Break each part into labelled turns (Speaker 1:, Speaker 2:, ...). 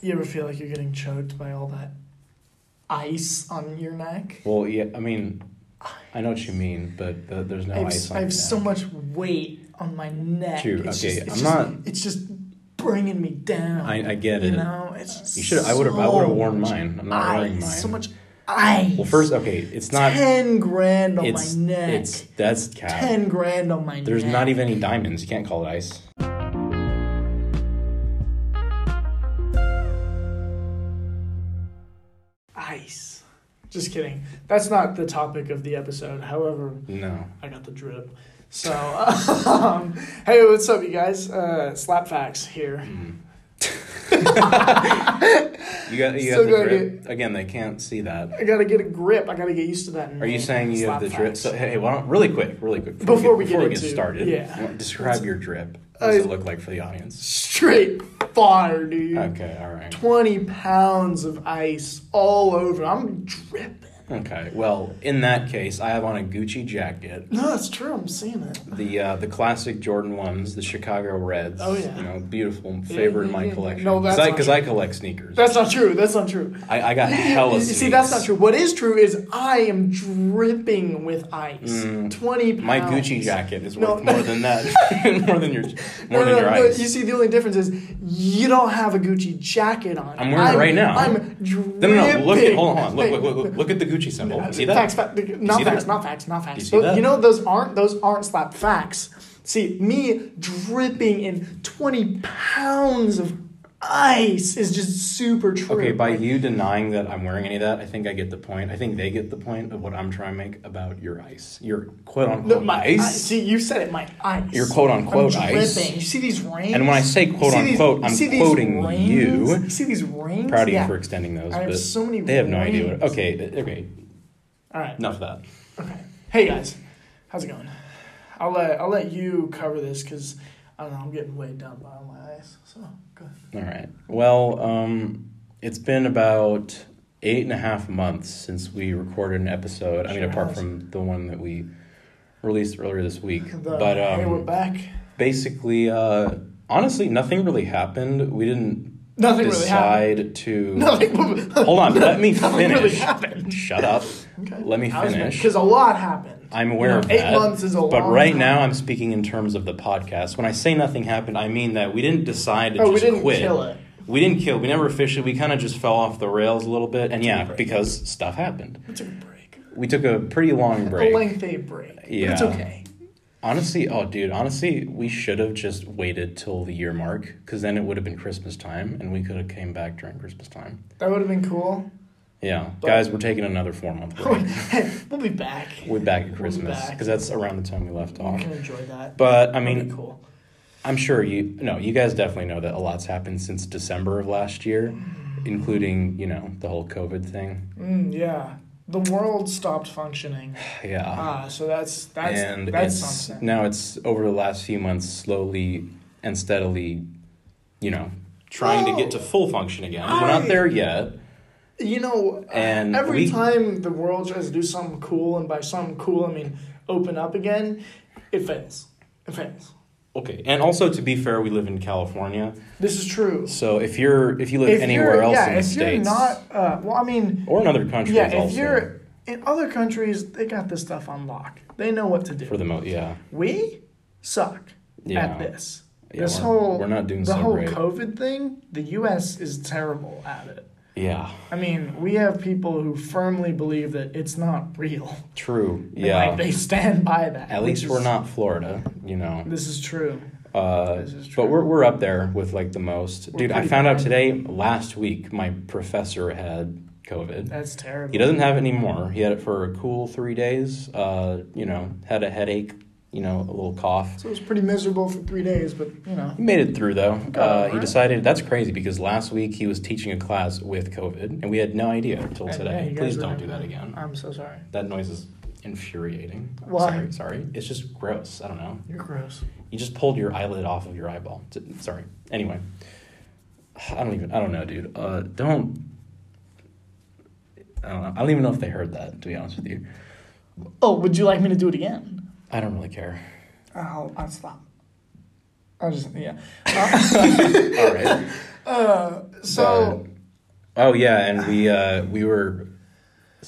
Speaker 1: You ever feel like you're getting choked by all that ice on your neck?
Speaker 2: Well, yeah, I mean, I know what you mean, but the, there's no
Speaker 1: I have,
Speaker 2: ice
Speaker 1: s-
Speaker 2: on
Speaker 1: I
Speaker 2: it
Speaker 1: have
Speaker 2: now.
Speaker 1: so much weight on my neck.
Speaker 2: Dude,
Speaker 1: it's
Speaker 2: okay,
Speaker 1: just, it's
Speaker 2: I'm
Speaker 1: just,
Speaker 2: not-
Speaker 1: It's just bringing me down.
Speaker 2: I, I get
Speaker 1: you
Speaker 2: it.
Speaker 1: know, it's
Speaker 2: You should. I would have. I
Speaker 1: so
Speaker 2: would have worn
Speaker 1: much
Speaker 2: mine. I'm not wearing mine.
Speaker 1: ice, So much ice.
Speaker 2: Well, first, okay, it's not.
Speaker 1: ten grand on
Speaker 2: it's
Speaker 1: my neck.
Speaker 2: it's that's cap.
Speaker 1: ten grand on my neck.
Speaker 2: There's not even any diamonds. You can't call it ice.
Speaker 1: ice. Just kidding. That's not the topic of the episode. However,
Speaker 2: No.
Speaker 1: I got the drip. So, um, hey, what's up, you guys? Uh, Slap Facts here.
Speaker 2: Mm. you got. You
Speaker 1: Still
Speaker 2: have the
Speaker 1: gotta
Speaker 2: drip. Again, they can't see that.
Speaker 1: I gotta get a grip. I gotta get used to that.
Speaker 2: Are you
Speaker 1: name,
Speaker 2: saying you
Speaker 1: Slap
Speaker 2: have the drip?
Speaker 1: Facts.
Speaker 2: So hey, why don't really quick, really quick
Speaker 1: Before we
Speaker 2: before
Speaker 1: get
Speaker 2: we get
Speaker 1: into-
Speaker 2: started?
Speaker 1: yeah.
Speaker 2: why don't- Describe your drip. What does
Speaker 1: Uh,
Speaker 2: it look like for the audience?
Speaker 1: Straight fire, dude.
Speaker 2: Okay. All right.
Speaker 1: Twenty pounds of ice all over. I'm dripping.
Speaker 2: Okay. Well, in that case, I have on a Gucci jacket.
Speaker 1: No, that's true. I'm seeing it.
Speaker 2: the uh, the classic Jordan ones, the Chicago Reds.
Speaker 1: Oh, yeah.
Speaker 2: you know, beautiful, favorite in my
Speaker 1: yeah, yeah.
Speaker 2: collection.
Speaker 1: No, that's not
Speaker 2: because I, collect sneakers.
Speaker 1: That's not true. That's not true.
Speaker 2: I, I got hella.
Speaker 1: You
Speaker 2: sneakers.
Speaker 1: See, that's not true. What is true is I am dripping with ice.
Speaker 2: Mm.
Speaker 1: Twenty pounds.
Speaker 2: My Gucci jacket is
Speaker 1: No.
Speaker 2: worth more than that, more than your,
Speaker 1: No,
Speaker 2: more than
Speaker 1: no,
Speaker 2: your
Speaker 1: no,
Speaker 2: ice.
Speaker 1: Uh, You see, the only difference is you don't have a Gucci jacket on.
Speaker 2: I'm wearing it right now.
Speaker 1: I'm dripping.
Speaker 2: no, no, no. Look at hold on, look, look, look, look, look at the Gucci symbol. See that?
Speaker 1: Facts, fact, not
Speaker 2: see
Speaker 1: facts,
Speaker 2: that?
Speaker 1: not facts, not facts.
Speaker 2: see
Speaker 1: Those-
Speaker 2: that?
Speaker 1: You know those aren't those aren't slap facts. See, me dripping in twenty pounds of ice is just super true.
Speaker 2: Okay, by you denying that I'm wearing any of that, I think I get the point. I think they get the point of what I'm trying to make about your ice, your quote
Speaker 1: No,
Speaker 2: unquote
Speaker 1: my
Speaker 2: ice.
Speaker 1: ice. See, you said it, my ice.
Speaker 2: Your quote-unquote
Speaker 1: I'm
Speaker 2: ice.
Speaker 1: dripping. You see these rings?
Speaker 2: And when I say
Speaker 1: You see
Speaker 2: quote-unquote,
Speaker 1: these-
Speaker 2: I'm
Speaker 1: you see these
Speaker 2: quoting
Speaker 1: rings?
Speaker 2: you.
Speaker 1: You see these rings?
Speaker 2: Proud of you
Speaker 1: Yeah.
Speaker 2: for extending those,
Speaker 1: I have
Speaker 2: but
Speaker 1: so many
Speaker 2: they have no idea. What,
Speaker 1: rings.
Speaker 2: okay, okay,
Speaker 1: All right.
Speaker 2: enough of that.
Speaker 1: Okay. Hey guys, how's it going? I'll let I'll let you cover this because I don't know I'm getting weighed down by all my ice. So go ahead.
Speaker 2: All right. Well, um, it's been about eight and a half months since we recorded an episode. I mean,
Speaker 1: Sure
Speaker 2: apart
Speaker 1: has.
Speaker 2: from the one that we released earlier this week.
Speaker 1: The-
Speaker 2: but um,
Speaker 1: hey, we're back.
Speaker 2: basically, uh, honestly, nothing really happened. We didn't
Speaker 1: Nothing really happened.
Speaker 2: decide to.
Speaker 1: Nothing.
Speaker 2: Hold on. let me
Speaker 1: nothing
Speaker 2: finish.
Speaker 1: really happened.
Speaker 2: Shut up. Let me finish.
Speaker 1: Because a lot happened.
Speaker 2: I'm aware
Speaker 1: You know,
Speaker 2: of
Speaker 1: eight
Speaker 2: that.
Speaker 1: months is a
Speaker 2: but
Speaker 1: long
Speaker 2: right
Speaker 1: time.
Speaker 2: now, I'm speaking in terms of the podcast. When I say nothing happened, I mean that we didn't decide to
Speaker 1: Oh, we
Speaker 2: just
Speaker 1: didn't
Speaker 2: quit.
Speaker 1: kill it.
Speaker 2: We didn't kill. We never officially. We kind of just fell off the rails a little bit, and yeah,
Speaker 1: Right.
Speaker 2: because stuff happened.
Speaker 1: We took a break.
Speaker 2: We took a pretty long break.
Speaker 1: A lengthy break. But it's
Speaker 2: Yeah.
Speaker 1: okay.
Speaker 2: honestly, oh dude, honestly, we should have just waited till the year mark because then it would have been Christmas time, and we could have came back during Christmas time.
Speaker 1: That would have been cool.
Speaker 2: Yeah,
Speaker 1: But-
Speaker 2: guys, we're taking another four month break.
Speaker 1: we'll be back.
Speaker 2: we'll be back at
Speaker 1: be
Speaker 2: Christmas
Speaker 1: back.
Speaker 2: because that's around the time we left
Speaker 1: You
Speaker 2: off.
Speaker 1: can enjoy that.
Speaker 2: But I
Speaker 1: That'd
Speaker 2: mean,
Speaker 1: be cool.
Speaker 2: I'm sure you no, you guys definitely know that a lot's happened since December of last year,
Speaker 1: Mm-hmm.
Speaker 2: including, you know, the whole COVID thing.
Speaker 1: Mm, yeah, the world stopped functioning.
Speaker 2: Yeah.
Speaker 1: Ah, so that's that's
Speaker 2: and
Speaker 1: that's
Speaker 2: it's
Speaker 1: something.
Speaker 2: now it's over the last few months slowly and steadily, you know, trying to get to full function again. We're
Speaker 1: I-
Speaker 2: not there yet.
Speaker 1: You know,
Speaker 2: And
Speaker 1: every
Speaker 2: we-
Speaker 1: time the world tries to do something cool, and by something cool I mean open up again, it fails. It fails.
Speaker 2: Okay. And also to be fair, we live in California.
Speaker 1: This is true.
Speaker 2: So if you're if you live
Speaker 1: If
Speaker 2: anywhere
Speaker 1: you're-
Speaker 2: else
Speaker 1: yeah,
Speaker 2: in the
Speaker 1: if
Speaker 2: States
Speaker 1: you're not, uh, well, I mean,
Speaker 2: or in other countries
Speaker 1: yeah, if
Speaker 2: also
Speaker 1: you're in other countries, they got this stuff on lock. They know what to do.
Speaker 2: for the most yeah.
Speaker 1: we suck
Speaker 2: Yeah.
Speaker 1: at this.
Speaker 2: Yeah,
Speaker 1: this
Speaker 2: we're-
Speaker 1: whole
Speaker 2: we're not doing
Speaker 1: the
Speaker 2: so
Speaker 1: whole
Speaker 2: great.
Speaker 1: COVID thing. The U.S. is terrible at it.
Speaker 2: Yeah.
Speaker 1: I mean, we have people who firmly believe that it's not real.
Speaker 2: True.
Speaker 1: And,
Speaker 2: Yeah.
Speaker 1: like, they stand by that.
Speaker 2: At
Speaker 1: which
Speaker 2: least
Speaker 1: is-
Speaker 2: we're not Florida, you know.
Speaker 1: This is true.
Speaker 2: Uh,
Speaker 1: This is true.
Speaker 2: but we're we're up there with like the most.
Speaker 1: We're
Speaker 2: Dude, I
Speaker 1: pretty
Speaker 2: found out
Speaker 1: bad.
Speaker 2: today last week my professor had COVID.
Speaker 1: That's terrible.
Speaker 2: He doesn't have it anymore. He had it for a cool three days. Uh, you know, had a headache. You know, a little cough.
Speaker 1: So it was pretty miserable for three days, but you know.
Speaker 2: He made it through though.
Speaker 1: Got
Speaker 2: Uh,
Speaker 1: over
Speaker 2: he
Speaker 1: it.
Speaker 2: decided that's crazy because last week he was teaching a class with COVID and we had no idea until
Speaker 1: And, yeah,
Speaker 2: today.
Speaker 1: you guys
Speaker 2: Please
Speaker 1: were
Speaker 2: don't
Speaker 1: doing
Speaker 2: do that
Speaker 1: that.
Speaker 2: again.
Speaker 1: I'm so sorry.
Speaker 2: That noise is infuriating.
Speaker 1: Why?
Speaker 2: Sorry, sorry. It's just gross. I don't know.
Speaker 1: You're gross.
Speaker 2: You just pulled your eyelid off of your eyeball. T- Sorry. Anyway, I don't even. I don't know, dude. Uh, don't. I don't know. I don't even know if they heard that. To be honest with you,
Speaker 1: Oh, would you like me to do it again?
Speaker 2: I don't really care.
Speaker 1: I'll I'll stop. I'll just yeah.
Speaker 2: All right.
Speaker 1: Uh, so
Speaker 2: But- oh yeah, and we uh, we were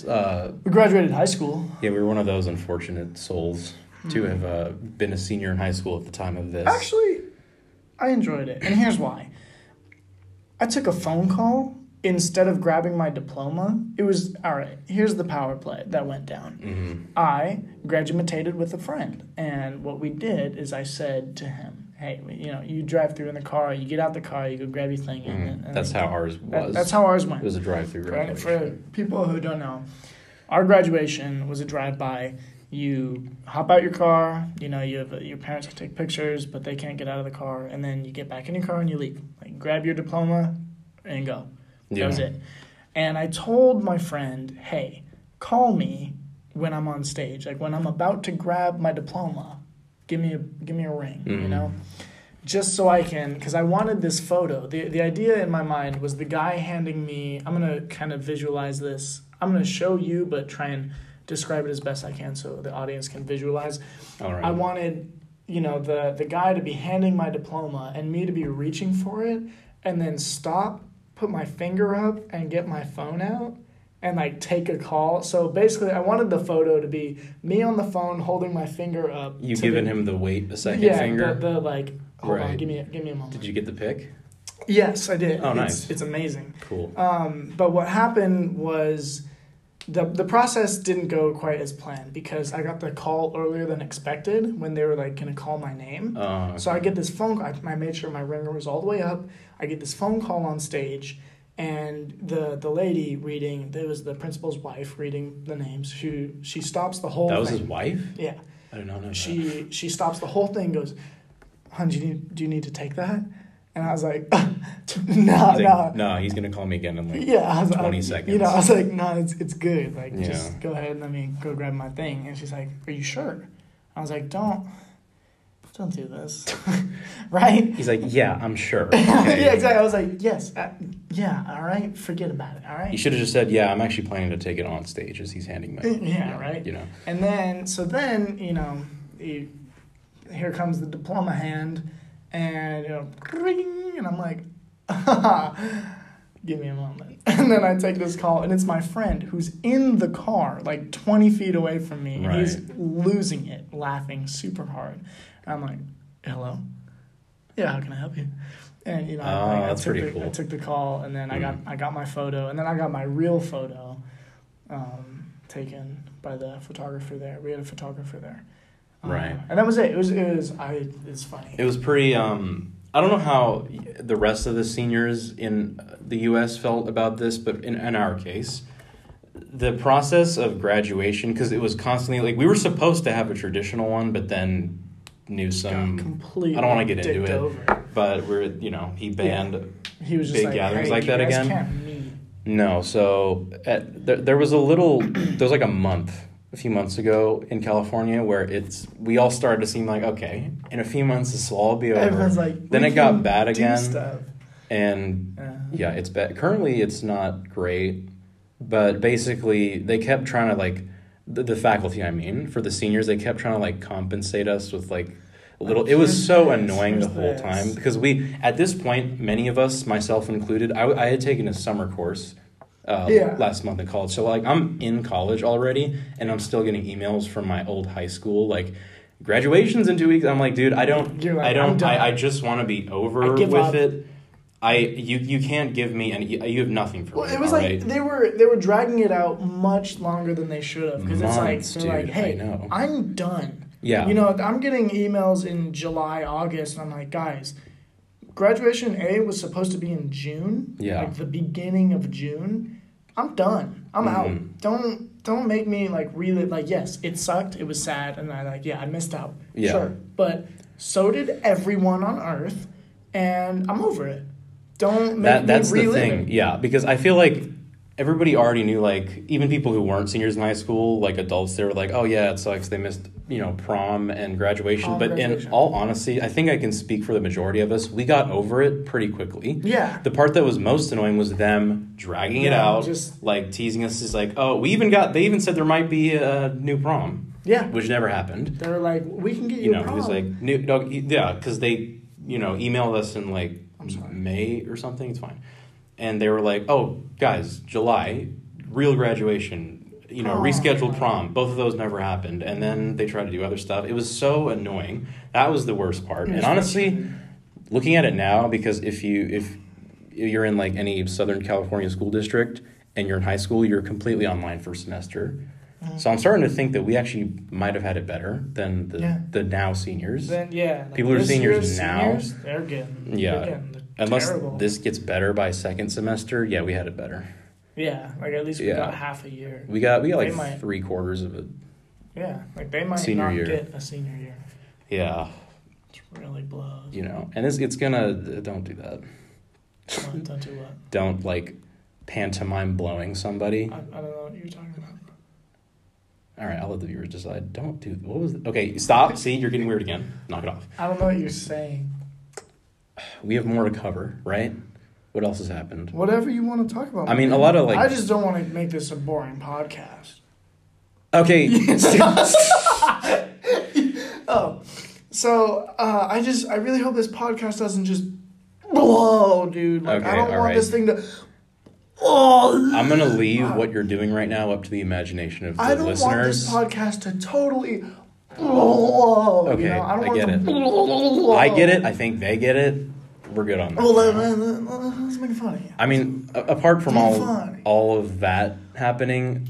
Speaker 2: uh,
Speaker 1: we graduated high school.
Speaker 2: yeah we were one of those unfortunate souls to have uh, been a senior in high school at the time of this.
Speaker 1: Hmm. Actually, I enjoyed it, and here's why. I took a phone call instead of grabbing my diploma. It was all right. Here's the power play that went down.
Speaker 2: Mhm.
Speaker 1: I graduated with a friend, and what we did is I said to him, "Hey, you know, you drive through in the car, you get out the car, you go grab your thing." And,
Speaker 2: Mhm.
Speaker 1: and
Speaker 2: That's how ours
Speaker 1: that-
Speaker 2: was.
Speaker 1: that's how ours
Speaker 2: it
Speaker 1: went.
Speaker 2: was a drive-through.
Speaker 1: For, for
Speaker 2: graduation.
Speaker 1: people who don't know, our graduation was a drive-by. You hop out your car. You know, you have your parents can take pictures, but they can't get out of the car, and then you get back in your car and you leave. Like grab your diploma, and go. That was
Speaker 2: Yeah.
Speaker 1: it. And I told my friend, hey, call me when I'm on stage. Like when I'm about to grab my diploma, give me a give me a ring, you
Speaker 2: Mhm.
Speaker 1: know? Just so I can because I wanted this photo. The the idea in my mind was the guy handing me I'm gonna kind of visualize this. I'm gonna show you but try and describe it as best I can so the audience can visualize.
Speaker 2: All right.
Speaker 1: I wanted, you know, the the guy to be handing my diploma and me to be reaching for it and then stop, put my finger up and get my phone out and like take a call. So basically I wanted the photo to be me on the phone holding my finger up.
Speaker 2: you
Speaker 1: to
Speaker 2: giving
Speaker 1: the-
Speaker 2: him the wait a second
Speaker 1: yeah,
Speaker 2: finger?
Speaker 1: The, the like hold on,
Speaker 2: Right.
Speaker 1: give me a, give me a moment.
Speaker 2: Did you get the pick?
Speaker 1: yes, I did.
Speaker 2: Oh,
Speaker 1: it's,
Speaker 2: nice.
Speaker 1: It's amazing.
Speaker 2: Cool.
Speaker 1: Um, but what happened was the the process didn't go quite as planned because I got the call earlier than expected when they were like gonna call my name.
Speaker 2: Uh,
Speaker 1: So I get this phone call. I, I made sure my ringer was all the way up. I get this phone call on stage, and the the lady reading there was the principal's wife reading the names. She she stops the whole.
Speaker 2: that was
Speaker 1: thing.
Speaker 2: his wife.
Speaker 1: yeah.
Speaker 2: I did not know. that.
Speaker 1: She she stops the whole thing. and Goes, "Hun, do you need, do you need to take that?" And I was like, "No,
Speaker 2: He's
Speaker 1: no."
Speaker 2: like, no, he's gonna call me again in like
Speaker 1: Yeah, I was, I-
Speaker 2: 20
Speaker 1: You
Speaker 2: seconds.
Speaker 1: know, I was like, no, it's it's good. Like,
Speaker 2: Yeah.
Speaker 1: just go ahead and let me go grab my thing. And she's like, are you sure? I was like, don't, don't do this, right?
Speaker 2: He's like, yeah, I'm sure.
Speaker 1: yeah,
Speaker 2: Okay.
Speaker 1: exactly. I was like, yes, uh, yeah, all right, forget about it, all
Speaker 2: You
Speaker 1: right.
Speaker 2: should have just said, yeah, I'm actually planning to take it on stage as he's handing my.
Speaker 1: Yeah, right.
Speaker 2: You know.
Speaker 1: And then, so then, you know, you, here comes the diploma hand, and you know, ring, and I'm like, give me a moment. And then I take this call, and it's my friend who's in the car, like 20 feet away from me, and he's losing it, laughing super hard. And I'm like, hello? Yeah, how can I help you? And you know,
Speaker 2: Oh,
Speaker 1: I, I,
Speaker 2: that's
Speaker 1: took
Speaker 2: pretty
Speaker 1: the, I
Speaker 2: cool. Mm.
Speaker 1: took the call, and then I got I got my photo, and then I got my real photo um, taken by the photographer there. We had a photographer there, Um,
Speaker 2: Right.
Speaker 1: And that was it. It was it was I. It's funny.
Speaker 2: It was pretty. Um, I don't know how the rest of the seniors in the U.S. felt about this, but in, in our case, the process of graduation because it was constantly like we were supposed to have a traditional one, but then
Speaker 1: Got
Speaker 2: Newsom,
Speaker 1: completely.
Speaker 2: I don't wanna get into
Speaker 1: dicked
Speaker 2: it.
Speaker 1: Over.
Speaker 2: but we're you know he banned.
Speaker 1: He was just
Speaker 2: Big
Speaker 1: like,
Speaker 2: gatherings
Speaker 1: hey,
Speaker 2: like
Speaker 1: you
Speaker 2: that
Speaker 1: guys
Speaker 2: again?
Speaker 1: Can't meet.
Speaker 2: No, so at, there, there was a little, there was like a month, a few months ago in California where it's, we all started to seem like, okay, in a few months this will all be over.
Speaker 1: Everyone's like.
Speaker 2: Then
Speaker 1: we
Speaker 2: it got
Speaker 1: can
Speaker 2: bad
Speaker 1: do
Speaker 2: again.
Speaker 1: Stuff.
Speaker 2: and
Speaker 1: Uh,
Speaker 2: yeah, it's bad. Currently it's not great, but basically they kept trying to like, the, the faculty, I mean, for the seniors, they kept trying to like compensate us with like, little it was so
Speaker 1: Here's
Speaker 2: annoying the
Speaker 1: this,
Speaker 2: whole
Speaker 1: here's
Speaker 2: time
Speaker 1: this.
Speaker 2: because we at this point many of us myself included i, I had taken a summer course uh,
Speaker 1: Yeah.
Speaker 2: last month in college so like i'm in college already and i'm still getting emails from my old high school like graduations in two weeks i'm like dude i don't
Speaker 1: You're like,
Speaker 2: i
Speaker 1: I'm
Speaker 2: don't
Speaker 1: done.
Speaker 2: I, I just want to be over
Speaker 1: I give
Speaker 2: with
Speaker 1: up.
Speaker 2: it i you you can't give me any you have nothing for
Speaker 1: Well,
Speaker 2: me
Speaker 1: it was
Speaker 2: all
Speaker 1: like
Speaker 2: right?
Speaker 1: they were they were dragging it out much longer than they should have because it's like
Speaker 2: Months,
Speaker 1: they're like,
Speaker 2: dude, I
Speaker 1: hey,
Speaker 2: know.
Speaker 1: I'm done.
Speaker 2: yeah
Speaker 1: You know, I'm getting emails in July, August, and I'm like, guys, graduation A was supposed to be in June,
Speaker 2: Yeah.
Speaker 1: like the beginning of June. I'm done. I'm
Speaker 2: Mm-hmm.
Speaker 1: out. Don't don't make me like really like yes, it sucked. It was sad, and I like yeah, I missed out.
Speaker 2: Yeah.
Speaker 1: Sure, but so did everyone on Earth, and I'm over it. Don't make
Speaker 2: that that's
Speaker 1: me
Speaker 2: the
Speaker 1: relive
Speaker 2: thing
Speaker 1: it.
Speaker 2: yeah because i feel like everybody already knew like even people who weren't seniors in high school like adults they were like oh yeah it sucks they missed you know prom and graduation
Speaker 1: Prom,
Speaker 2: but
Speaker 1: graduation.
Speaker 2: in all honesty i think i can speak for the majority of us we got over it pretty quickly
Speaker 1: Yeah.
Speaker 2: the part that was most annoying was them dragging it
Speaker 1: Yeah,
Speaker 2: out
Speaker 1: just-
Speaker 2: like teasing us is like oh we even got they even said there might be a new prom
Speaker 1: Yeah.
Speaker 2: which never happened
Speaker 1: They were like, we can get you,
Speaker 2: you know
Speaker 1: a
Speaker 2: it
Speaker 1: prom.
Speaker 2: was like new no, yeah because they you know emailed us in like
Speaker 1: I'm sorry.
Speaker 2: May or something. It's fine. And they were like, "Oh, guys, July, real graduation, you know,
Speaker 1: Oh.
Speaker 2: rescheduled prom. Both of those never happened." And then they tried to do other stuff. It was so annoying. That was the worst part. And honestly, looking at it now, because if you if you're in like any Southern California school district and you're in high school, you're completely online for a semester.
Speaker 1: Mm.
Speaker 2: So I'm starting to think that we actually might have had it better than the,
Speaker 1: Yeah.
Speaker 2: the now seniors.
Speaker 1: Then yeah, like
Speaker 2: People who are
Speaker 1: this
Speaker 2: seniors
Speaker 1: year's
Speaker 2: now-
Speaker 1: seniors, they're getting they're
Speaker 2: Yeah.
Speaker 1: getting the
Speaker 2: Unless
Speaker 1: terrible.
Speaker 2: this gets better by second semester, yeah, we had it better.
Speaker 1: yeah, like at least we
Speaker 2: Yeah.
Speaker 1: got half a year.
Speaker 2: We got we got
Speaker 1: They
Speaker 2: like
Speaker 1: might.
Speaker 2: three quarters of it.
Speaker 1: Yeah, like they might
Speaker 2: Senior
Speaker 1: not
Speaker 2: year.
Speaker 1: get a senior year.
Speaker 2: Yeah,
Speaker 1: It really blows.
Speaker 2: you know, and it's it's gonna don't do that.
Speaker 1: Don't- Don't do what?
Speaker 2: Don't like pantomime blowing somebody.
Speaker 1: I, I don't know what you're talking about.
Speaker 2: All right, I'll let the viewers decide. Don't do what was okay. Stop. See, you're getting weird again. Knock it off.
Speaker 1: I don't know what you're saying.
Speaker 2: We have more to cover, right? What else has happened?
Speaker 1: Whatever you want to talk about.
Speaker 2: I mean, a lot of
Speaker 1: I
Speaker 2: like
Speaker 1: just don't want to make this a boring podcast.
Speaker 2: okay.
Speaker 1: Oh, so uh, I just I really hope this podcast doesn't just blow, dude. Like I
Speaker 2: Okay,
Speaker 1: don't want
Speaker 2: alright.
Speaker 1: this thing to. Oh,
Speaker 2: I'm gonna leave what you're doing right now up to the imagination of the
Speaker 1: I don't
Speaker 2: listeners.
Speaker 1: want this podcast to totally. Blow,
Speaker 2: Okay,
Speaker 1: you know? I, don't
Speaker 2: I
Speaker 1: want
Speaker 2: get
Speaker 1: to
Speaker 2: it.
Speaker 1: blow.
Speaker 2: I get it. I think they get it. We're good on that.
Speaker 1: Well, let, let, let, let's make it funny.
Speaker 2: I mean, a- apart from all
Speaker 1: Fine.
Speaker 2: all of that happening,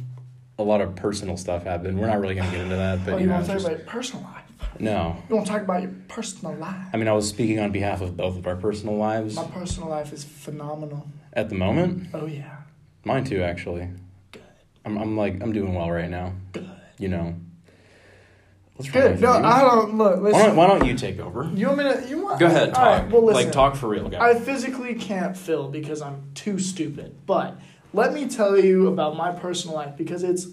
Speaker 2: a lot of personal stuff happened. We're not really gonna get into that, but
Speaker 1: Oh,
Speaker 2: you
Speaker 1: you
Speaker 2: know,
Speaker 1: want to talk
Speaker 2: just-
Speaker 1: about your personal life?
Speaker 2: no.
Speaker 1: You want to talk about your personal life?
Speaker 2: I mean, I was speaking on behalf of both of our personal lives
Speaker 1: My personal life is phenomenal.
Speaker 2: at the moment.
Speaker 1: Oh yeah,
Speaker 2: Mine too, actually.
Speaker 1: Good.
Speaker 2: I'm, I'm like I'm doing well right now.
Speaker 1: good,
Speaker 2: You know. What's wrong
Speaker 1: good.
Speaker 2: with
Speaker 1: No,
Speaker 2: you?
Speaker 1: I don't look.
Speaker 2: why
Speaker 1: Listen,
Speaker 2: don't Why don't you take over?
Speaker 1: you want me to? You want?
Speaker 2: Go ahead, talk.
Speaker 1: All right, well, listen.
Speaker 2: like talk for real, guys.
Speaker 1: I physically can't fill because I'm too stupid. But let me tell you about my personal life because it's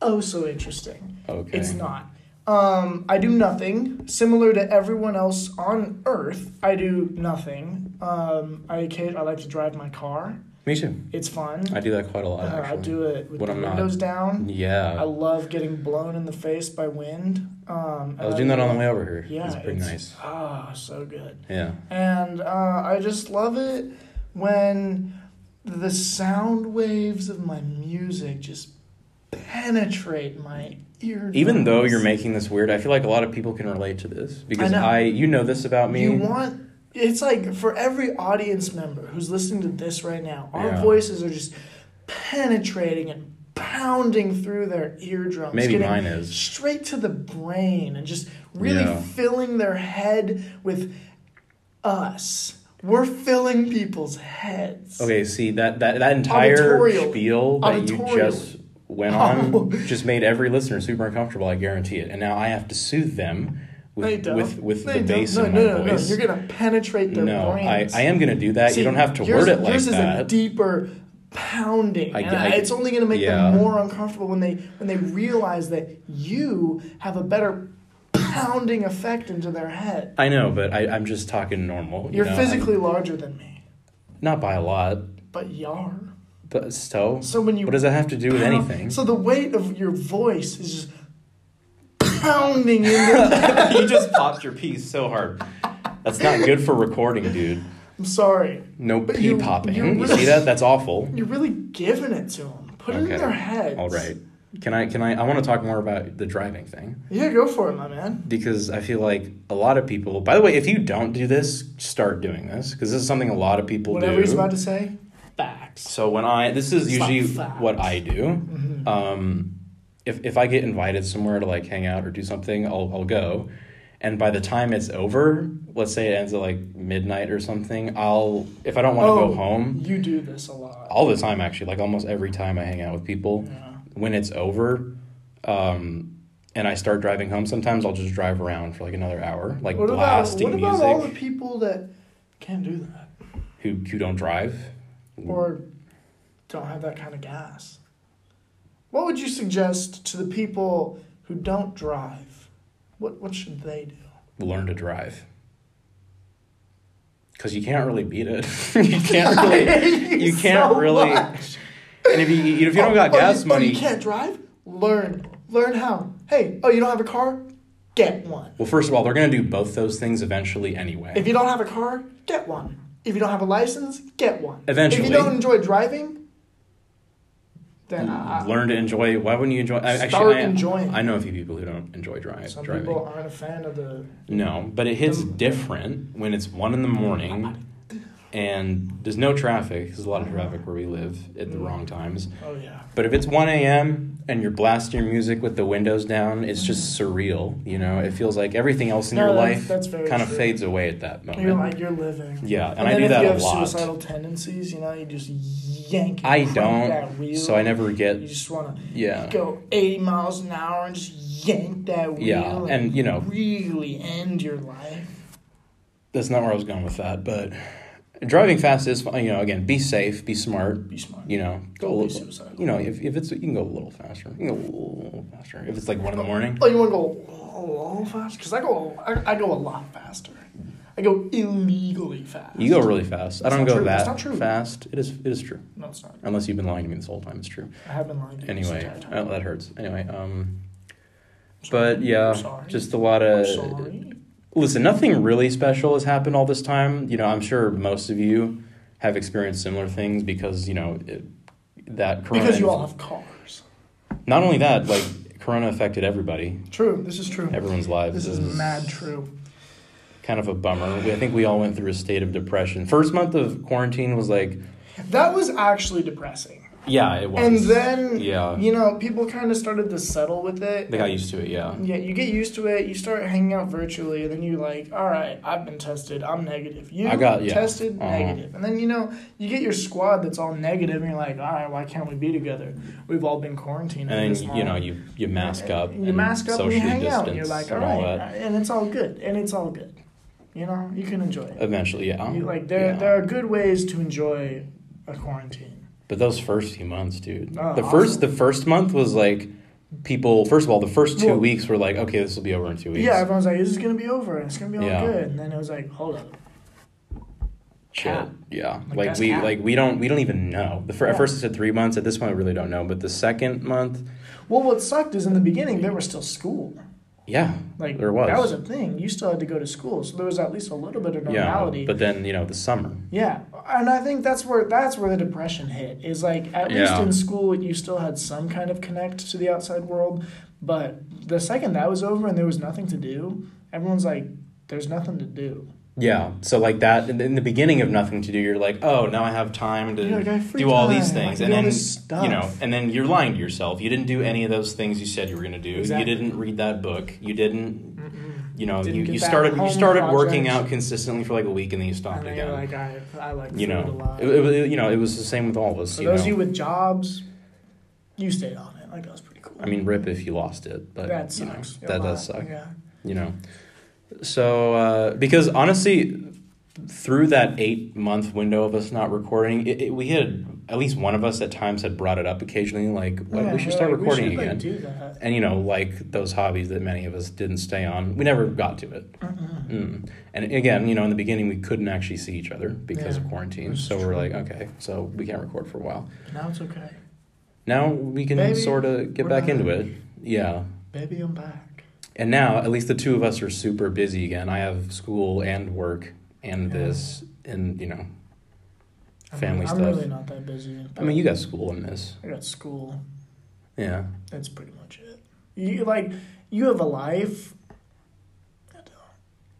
Speaker 1: oh so interesting.
Speaker 2: okay.
Speaker 1: It's not. Um, I do nothing. Similar to everyone else on Earth, I do nothing. Um, I occa- I like to drive my car.
Speaker 2: Me too.
Speaker 1: It's fun.
Speaker 2: I do that quite a lot.
Speaker 1: Uh, I
Speaker 2: Actually.
Speaker 1: do it with
Speaker 2: When
Speaker 1: the
Speaker 2: I'm not-
Speaker 1: windows down. I
Speaker 2: Yeah.
Speaker 1: love getting blown in the face by wind. Um,
Speaker 2: I was doing that on the way over here.
Speaker 1: Yeah,
Speaker 2: it was pretty
Speaker 1: it's-
Speaker 2: nice.
Speaker 1: Ah, so good.
Speaker 2: Yeah.
Speaker 1: And uh, I just love it when the sound waves of my music just penetrate my ear.
Speaker 2: Even though you're making this weird, I feel like a lot of people can relate to this because
Speaker 1: know.
Speaker 2: I, you know this about me.
Speaker 1: you want it's like for every audience member who's listening to this right now, our
Speaker 2: Yeah.
Speaker 1: voices are just penetrating and pounding through their eardrums.
Speaker 2: Maybe
Speaker 1: getting
Speaker 2: mine is.
Speaker 1: straight to the brain and just really
Speaker 2: Yeah.
Speaker 1: filling their head with us. We're filling people's heads.
Speaker 2: Okay, see that that, that entire
Speaker 1: Auditorial.
Speaker 2: spiel that you
Speaker 1: Auditorial.
Speaker 2: just went
Speaker 1: Oh.
Speaker 2: on just made every listener super uncomfortable. I guarantee it. And now I have to soothe them
Speaker 1: They
Speaker 2: with
Speaker 1: don't.
Speaker 2: with, with
Speaker 1: They
Speaker 2: the
Speaker 1: don't.
Speaker 2: bass
Speaker 1: no,
Speaker 2: in my
Speaker 1: no, no,
Speaker 2: voice.
Speaker 1: No, you're gonna penetrate their
Speaker 2: No, I,
Speaker 1: brains.
Speaker 2: I am gonna do that.
Speaker 1: See,
Speaker 2: you don't have to
Speaker 1: yours-
Speaker 2: word it like
Speaker 1: yours is a
Speaker 2: that.
Speaker 1: deeper pounding.
Speaker 2: I-
Speaker 1: and
Speaker 2: I-
Speaker 1: I- it's only gonna make
Speaker 2: yeah.
Speaker 1: them more uncomfortable when they when they realize that you have a better pounding effect into their head.
Speaker 2: I know, but I, I'm just talking normal. you
Speaker 1: You're
Speaker 2: know, I'm-
Speaker 1: physically larger than me,
Speaker 2: not by a lot,
Speaker 1: but you are.
Speaker 2: but still.
Speaker 1: So when you
Speaker 2: what does that have to do with
Speaker 1: pound-
Speaker 2: anything?
Speaker 1: So the weight of your voice is just pounding into.
Speaker 2: you just popped your pee so hard. That's not good for recording, dude.
Speaker 1: I'm sorry.
Speaker 2: No
Speaker 1: But
Speaker 2: pee
Speaker 1: you-
Speaker 2: popping.
Speaker 1: you
Speaker 2: You,
Speaker 1: really-
Speaker 2: see that? That's awful.
Speaker 1: You're really giving it to them. Put it
Speaker 2: Okay.
Speaker 1: in their heads.
Speaker 2: All right. Can I? Can I? I want to talk more about the driving thing
Speaker 1: Yeah, go for it, my man.
Speaker 2: because I feel like a lot of people. By the way, if you don't do this, start doing this because this is something a lot of people
Speaker 1: Whatever
Speaker 2: do.
Speaker 1: he's about to say, facts.
Speaker 2: So when I this is
Speaker 1: It's not
Speaker 2: usually
Speaker 1: facts.
Speaker 2: what I do.
Speaker 1: Mm-hmm.
Speaker 2: Um, if if I get invited somewhere to like hang out or do something, I'll I'll go. And by the time it's over, let's say it ends at like midnight or something, I'll if I don't want to
Speaker 1: Oh.
Speaker 2: go home
Speaker 1: You do this a lot.
Speaker 2: all the time actually, like almost every time I hang out with people,
Speaker 1: Yeah.
Speaker 2: when it's over, um, and I start driving home, sometimes I'll just drive around for like another hour, like
Speaker 1: What about what
Speaker 2: blasting
Speaker 1: about
Speaker 2: music.
Speaker 1: all the people that can't do that
Speaker 2: Who who don't drive?
Speaker 1: or don't have that kind of gas? What would you suggest to the people who don't drive? What what should they do?
Speaker 2: learn to drive because you can't really beat it you can't really you can't
Speaker 1: so
Speaker 2: really
Speaker 1: much.
Speaker 2: and if you if you don't got
Speaker 1: Oh, you-
Speaker 2: gas
Speaker 1: oh,
Speaker 2: money
Speaker 1: You can't drive. Learn. Learn how. Hey. Oh, you don't have a car? Get one.
Speaker 2: well first of all they're going to do both those things eventually anyway
Speaker 1: If you don't have a car, get one. If you don't have a license, get one.
Speaker 2: Eventually.
Speaker 1: If you don't enjoy driving, then I,
Speaker 2: Learn to enjoy. Why wouldn't you enjoy? I,
Speaker 1: Start
Speaker 2: actually, I,
Speaker 1: enjoying.
Speaker 2: I know a few people who don't enjoy drive,
Speaker 1: some
Speaker 2: driving.
Speaker 1: people aren't a fan of the.
Speaker 2: No, but it hits
Speaker 1: Um,
Speaker 2: different when it's one in the morning and there's no traffic. There's a lot of traffic where we live at the wrong times.
Speaker 1: Oh yeah.
Speaker 2: But if it's 1 a.m. and you're blasting your music with the windows down, it's just surreal. You know, it feels like everything else in
Speaker 1: Mm-hmm. No,
Speaker 2: your
Speaker 1: that's-
Speaker 2: life
Speaker 1: that's very
Speaker 2: kind of
Speaker 1: true.
Speaker 2: fades away at that
Speaker 1: You're
Speaker 2: moment.
Speaker 1: like you're living.
Speaker 2: Yeah, and,
Speaker 1: And,
Speaker 2: I
Speaker 1: then
Speaker 2: do
Speaker 1: if
Speaker 2: that
Speaker 1: you
Speaker 2: a
Speaker 1: have
Speaker 2: lot.
Speaker 1: suicidal tendencies, you know, you just yank. it
Speaker 2: I
Speaker 1: from that
Speaker 2: don't,
Speaker 1: wheel.
Speaker 2: so I never
Speaker 1: You
Speaker 2: get.
Speaker 1: just wanna
Speaker 2: Yeah.
Speaker 1: go 80 miles an hour and just yank that wheel.
Speaker 2: Yeah, and, you know-
Speaker 1: really end your life.
Speaker 2: That's not where I was going with that, but driving fast is, fun. you know, again, be safe, be smart,
Speaker 1: Be smart.
Speaker 2: you know, go
Speaker 1: Don't
Speaker 2: a
Speaker 1: be
Speaker 2: little.
Speaker 1: suicidal.
Speaker 2: You know, if, if it's you can go a little faster, you can go a little faster. If it's like one in the morning,
Speaker 1: Oh, you want to go a little fast? Because I go, I, I go a lot faster. I go illegally fast.
Speaker 2: you go really fast. I
Speaker 1: That's
Speaker 2: don't
Speaker 1: not
Speaker 2: go
Speaker 1: true.
Speaker 2: that
Speaker 1: That's not true.
Speaker 2: fast. It is it is true.
Speaker 1: No, it's not.
Speaker 2: Unless you've been lying to me this whole time, it's true.
Speaker 1: I have been lying. To you this
Speaker 2: Anyway,
Speaker 1: entire time.
Speaker 2: oh, that hurts. Anyway, um,
Speaker 1: I'm sorry.
Speaker 2: but
Speaker 1: I'm
Speaker 2: yeah,
Speaker 1: sorry.
Speaker 2: just a lot
Speaker 1: I'm
Speaker 2: of
Speaker 1: sorry.
Speaker 2: listen. Nothing really special has happened all this time. You know, I'm sure most of you have experienced similar things because you know it, that corona.
Speaker 1: Because you all have cars.
Speaker 2: Not only that, like corona affected everybody,
Speaker 1: True. This is true.
Speaker 2: everyone's lives.
Speaker 1: This is mad true.
Speaker 2: kind of a bummer. We- I think we all went through a state of depression. First month of quarantine was like,
Speaker 1: That was actually depressing.
Speaker 2: yeah, it was.
Speaker 1: And then,
Speaker 2: yeah,
Speaker 1: you know, people kind of started to settle with it.
Speaker 2: they got used to it. Yeah,
Speaker 1: Yeah, you get used to it. You start hanging out virtually, and then you're like, "All right, I've been tested. I'm negative. You
Speaker 2: I got- yeah.
Speaker 1: tested
Speaker 2: Uh-huh.
Speaker 1: negative." And then you know you get your squad that's all negative, and you're like, "All right, why can't we be together? We've all been quarantined." for
Speaker 2: and
Speaker 1: this
Speaker 2: then you know
Speaker 1: long."
Speaker 2: you you mask
Speaker 1: And
Speaker 2: up,
Speaker 1: Mm-hmm. You mask up, and you
Speaker 2: socially
Speaker 1: hang out, and you're
Speaker 2: distance
Speaker 1: like, "All
Speaker 2: and
Speaker 1: right,"
Speaker 2: all that.
Speaker 1: and it's all good, and it's all good. You know, you can enjoy it.
Speaker 2: Eventually, yeah.
Speaker 1: You- like there,
Speaker 2: Oh, Yeah.
Speaker 1: there are good ways to enjoy a quarantine.
Speaker 2: But those first few months, dude.
Speaker 1: Oh,
Speaker 2: the
Speaker 1: awesome.
Speaker 2: first the first month was like people. First of all, the first two
Speaker 1: Well-
Speaker 2: weeks were like, okay, this will be over in two weeks.
Speaker 1: Yeah, everyone's like, "This is gonna be over. and It's gonna be all
Speaker 2: Yeah.
Speaker 1: good." And then it was like, "Hold up."
Speaker 2: Shit.
Speaker 1: Cap.
Speaker 2: Yeah.
Speaker 1: Like,
Speaker 2: Like,
Speaker 1: that's
Speaker 2: we
Speaker 1: cap.
Speaker 2: like we don't we don't even know. The fir-
Speaker 1: Yeah.
Speaker 2: at first I said three months. At this point, I really don't know. But the second month,
Speaker 1: Well, what sucked is in the beginning there was still school.
Speaker 2: yeah,
Speaker 1: Like
Speaker 2: there was.
Speaker 1: that was a thing. You still had to go to school, so there was at least a little bit of
Speaker 2: yeah.
Speaker 1: normality. Yeah,
Speaker 2: But then you know the summer.
Speaker 1: and I think that's where that's where the depression hit. Is like at least
Speaker 2: Yeah.
Speaker 1: in school you still had some kind of connect to the outside world, but the second that was over and there was nothing to do, everyone's like, "There's nothing to do."
Speaker 2: Yeah. So like that in in the beginning of nothing to do, you're like, oh, now I have time to
Speaker 1: You're like, "I have free
Speaker 2: do all these
Speaker 1: time, I
Speaker 2: things,
Speaker 1: can
Speaker 2: and
Speaker 1: do all
Speaker 2: then
Speaker 1: this stuff."
Speaker 2: you know, and then you're lying to yourself. You didn't do any of those things you said you were going to do.
Speaker 1: Exactly.
Speaker 2: You didn't read that book. You didn't. You know,
Speaker 1: Didn't
Speaker 2: you,
Speaker 1: get
Speaker 2: you
Speaker 1: that
Speaker 2: started you
Speaker 1: home
Speaker 2: started working
Speaker 1: project.
Speaker 2: out consistently for like a week, and then you stopped
Speaker 1: And then you're
Speaker 2: again.
Speaker 1: like, "I, I like
Speaker 2: you
Speaker 1: food a
Speaker 2: know,
Speaker 1: lot."
Speaker 2: it, it, it- you know, it was the same with all of us.
Speaker 1: For
Speaker 2: you
Speaker 1: those
Speaker 2: know,
Speaker 1: of you with jobs, you stayed on it. Like that was pretty cool.
Speaker 2: I mean, rip if you lost it, but
Speaker 1: that
Speaker 2: you know,
Speaker 1: sucks. a
Speaker 2: that does
Speaker 1: lot,
Speaker 2: suck.
Speaker 1: Yeah.
Speaker 2: you know so uh, because honestly through that eight month window of us not recording it, it, we had at least one of us at times had brought it up occasionally like "Well,
Speaker 1: Yeah,
Speaker 2: we should
Speaker 1: we're
Speaker 2: start
Speaker 1: like, we
Speaker 2: recording
Speaker 1: should, like,
Speaker 2: again
Speaker 1: do that.
Speaker 2: and you know like those hobbies that many of us didn't stay on we never got to it mm. and again you know in the beginning we couldn't actually see each other because
Speaker 1: Yeah,
Speaker 2: of quarantine
Speaker 1: that's
Speaker 2: so we're
Speaker 1: true.
Speaker 2: like okay so we can't record for a while
Speaker 1: Now it's okay.
Speaker 2: now we can
Speaker 1: Baby,
Speaker 2: sort of get
Speaker 1: we're
Speaker 2: back
Speaker 1: back.
Speaker 2: into it yeah
Speaker 1: Baby, I'm back.
Speaker 2: And
Speaker 1: Mm-hmm.
Speaker 2: now, at least the two of us are super busy again. I have school and work and
Speaker 1: Yeah.
Speaker 2: this and, you know,
Speaker 1: I'm-
Speaker 2: family
Speaker 1: I'm
Speaker 2: stuff.
Speaker 1: really not that busy.
Speaker 2: I mean, you got school and this.
Speaker 1: I got school.
Speaker 2: Yeah.
Speaker 1: That's pretty much it. You like, you have a life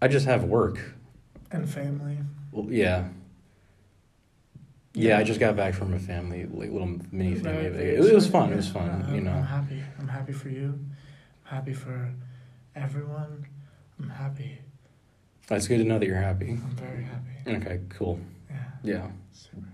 Speaker 2: I just have work.
Speaker 1: and family.
Speaker 2: Well, yeah. Yeah, I just got back from a family, like little mini family
Speaker 1: Right,
Speaker 2: vacation.
Speaker 1: it's-
Speaker 2: It was fun.
Speaker 1: yeah,
Speaker 2: It was fun,
Speaker 1: I'm-
Speaker 2: you
Speaker 1: I'm
Speaker 2: know.
Speaker 1: happy. I'm happy for you. I'm happy for everyone. I'm happy.
Speaker 2: It's good to know that you're happy.
Speaker 1: I'm very happy.
Speaker 2: Okay, cool.
Speaker 1: Yeah.
Speaker 2: Yeah.
Speaker 1: Super.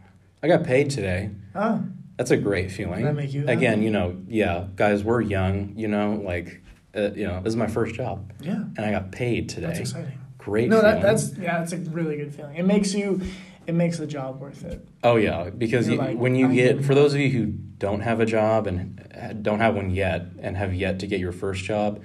Speaker 2: I got paid today.
Speaker 1: Oh,
Speaker 2: That's a great
Speaker 1: did that
Speaker 2: feeling.
Speaker 1: make you happy?
Speaker 2: Again, you know, yeah, guys, we're young, you know, like, uh, you know, this is my first job
Speaker 1: Yeah.
Speaker 2: and I got paid
Speaker 1: That's
Speaker 2: today.
Speaker 1: exciting.
Speaker 2: Great
Speaker 1: No, that,
Speaker 2: feeling.
Speaker 1: that's yeah, that's a really good feeling. It makes you, it makes the job worth it.
Speaker 2: Oh yeah, because
Speaker 1: You're
Speaker 2: you,
Speaker 1: like,
Speaker 2: when you
Speaker 1: I
Speaker 2: get
Speaker 1: can-
Speaker 2: for those of you who don't have a job and uh, don't have one yet and have yet to get your first job,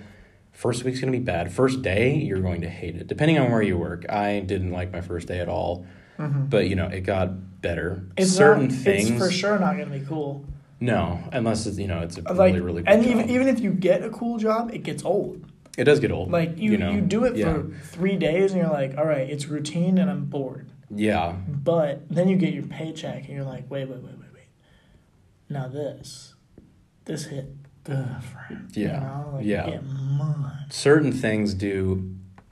Speaker 2: first week's going to be bad. First day, you're going to hate it. Depending on where you work. I didn't like my first day at all, but you know, it got better.
Speaker 1: Mm-hmm. It's
Speaker 2: Certain
Speaker 1: not,
Speaker 2: things.
Speaker 1: It's for sure not going to be cool.
Speaker 2: No, unless it's, you know, it's a
Speaker 1: Like,
Speaker 2: really really good
Speaker 1: and
Speaker 2: job.
Speaker 1: even even if you get a cool job, it gets old.
Speaker 2: it does get old.
Speaker 1: Like you, you,
Speaker 2: know?
Speaker 1: do it
Speaker 2: yeah.
Speaker 1: for three days, and you're like, all right, it's routine, and I'm bored.
Speaker 2: Yeah.
Speaker 1: But then you get your paycheck and you're like, wait, wait, wait, wait, wait. Now this, this hit different. You
Speaker 2: Yeah.
Speaker 1: know, like,
Speaker 2: Yeah.
Speaker 1: Get mine.
Speaker 2: Certain things do,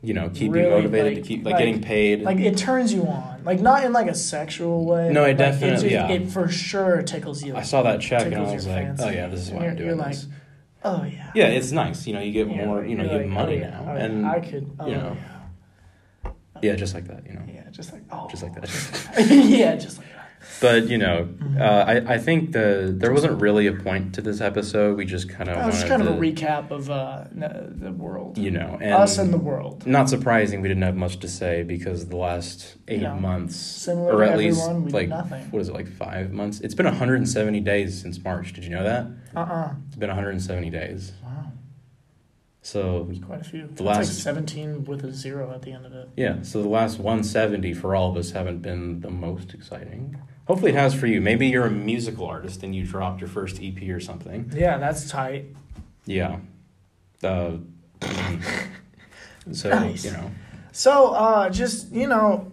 Speaker 2: you know, keep
Speaker 1: Really,
Speaker 2: you motivated
Speaker 1: like-
Speaker 2: to keep like,
Speaker 1: like-
Speaker 2: getting paid.
Speaker 1: Like it turns you on. Like not in like a sexual way.
Speaker 2: No, it
Speaker 1: but it's
Speaker 2: definitely-
Speaker 1: just-
Speaker 2: yeah.
Speaker 1: It for sure tickles you.
Speaker 2: I saw that check and
Speaker 1: tickles
Speaker 2: I was
Speaker 1: your
Speaker 2: like,
Speaker 1: fancy.
Speaker 2: oh yeah, this is why
Speaker 1: You're-
Speaker 2: I'm doing
Speaker 1: you're
Speaker 2: this.
Speaker 1: oh yeah.
Speaker 2: yeah, it's nice. You know, you get
Speaker 1: Yeah,
Speaker 2: more. You know, you
Speaker 1: you're like,
Speaker 2: have money
Speaker 1: oh, yeah,
Speaker 2: now,
Speaker 1: oh, yeah,
Speaker 2: and
Speaker 1: I could. Oh,
Speaker 2: you know.
Speaker 1: yeah.
Speaker 2: yeah, just like that. You know,
Speaker 1: Yeah, just like oh.
Speaker 2: just like that.
Speaker 1: yeah, just like that.
Speaker 2: But you know,
Speaker 1: Mm-hmm.
Speaker 2: uh, I I think the there wasn't really a point to this episode. We just kind of
Speaker 1: That was just kind of a recap of uh, n- the world.
Speaker 2: you know, and
Speaker 1: Us and the world.
Speaker 2: not surprising we didn't have much to say because the last eight
Speaker 1: No.
Speaker 2: months,
Speaker 1: Similar
Speaker 2: or
Speaker 1: to
Speaker 2: at
Speaker 1: everyone, we
Speaker 2: least
Speaker 1: did
Speaker 2: like
Speaker 1: nothing.
Speaker 2: what is it like five months? It's been 170 days since March. Did you know that?
Speaker 1: Uh uh
Speaker 2: It's been 170 days.
Speaker 1: Wow.
Speaker 2: So
Speaker 1: Quite a few.
Speaker 2: The
Speaker 1: That's like
Speaker 2: last-
Speaker 1: 17 with a zero at the end of it.
Speaker 2: yeah, so the last 170 for all of us haven't been the most exciting. Hopefully, it has for you. Maybe you're a musical artist and you dropped your first EP or something.
Speaker 1: Yeah, that's tight.
Speaker 2: Yeah. Uh, so
Speaker 1: Nice.
Speaker 2: you know,
Speaker 1: So, uh, just, you know,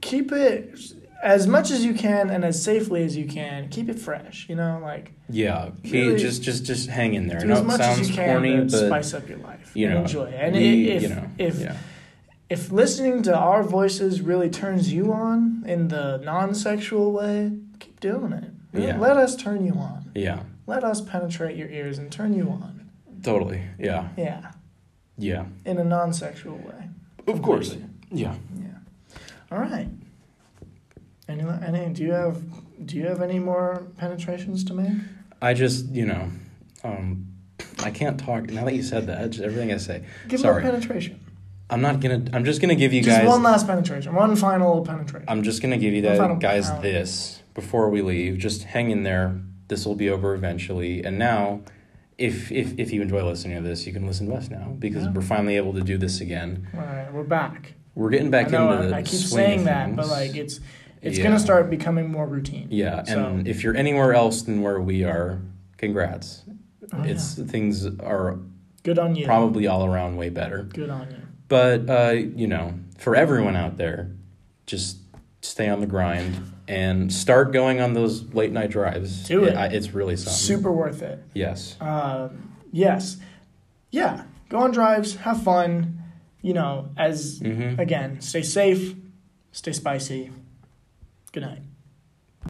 Speaker 1: keep it as much as you can and as safely as you can. Keep it fresh, you know, like
Speaker 2: yeah, he
Speaker 1: Really-
Speaker 2: just just just hang in there.
Speaker 1: do
Speaker 2: No,
Speaker 1: as
Speaker 2: it
Speaker 1: much as
Speaker 2: sounds
Speaker 1: you can
Speaker 2: corny,
Speaker 1: to
Speaker 2: but
Speaker 1: spice up your life.
Speaker 2: you
Speaker 1: and
Speaker 2: know,
Speaker 1: enjoy it. And
Speaker 2: we-
Speaker 1: i- if,
Speaker 2: you know,
Speaker 1: if,
Speaker 2: yeah.
Speaker 1: if listening to our voices really turns you on in the non sexual way, keep doing it.
Speaker 2: Yeah.
Speaker 1: Let us turn you on.
Speaker 2: Yeah,
Speaker 1: Let us penetrate your ears and turn you on.
Speaker 2: totally. Yeah,
Speaker 1: Yeah,
Speaker 2: yeah.
Speaker 1: in a non sexual way.
Speaker 2: Of course. Yeah.
Speaker 1: Yeah. All right. Any, any, do you have, do you have any more penetrations to make?
Speaker 2: I just, you know, um, I can't talk. Now that you said that, just everything I say,
Speaker 1: Give
Speaker 2: Sorry.
Speaker 1: me a penetration.
Speaker 2: I'm not gonna. I'm just gonna give you
Speaker 1: Just
Speaker 2: guys.
Speaker 1: one last penetration. One final penetration.
Speaker 2: I'm just gonna give you
Speaker 1: One final
Speaker 2: that guys
Speaker 1: round.
Speaker 2: this before we leave. Just hang in there. This will be over eventually. And now, if if if you enjoy listening to this, you can listen to us now because
Speaker 1: Yeah.
Speaker 2: we're finally able to do this again.
Speaker 1: All right, we're back.
Speaker 2: We're getting back
Speaker 1: I know,
Speaker 2: into the
Speaker 1: I, I keep
Speaker 2: swing of
Speaker 1: saying that, but
Speaker 2: things.
Speaker 1: like it's it's
Speaker 2: Yeah.
Speaker 1: gonna start becoming more routine.
Speaker 2: Yeah,
Speaker 1: So-
Speaker 2: and if you're anywhere else than where we are, congrats.
Speaker 1: Oh,
Speaker 2: it's things are
Speaker 1: yeah. good on you.
Speaker 2: probably all around way better.
Speaker 1: Good on you.
Speaker 2: But uh, you know, for everyone out there, just stay on the grind and start going on those late night drives.
Speaker 1: Do it.
Speaker 2: I- it's really something.
Speaker 1: Super worth it.
Speaker 2: Yes.
Speaker 1: Um, yes, yeah. Go on drives, have fun. You know, as
Speaker 2: Mm-hmm.
Speaker 1: again, stay safe, stay spicy. Good night.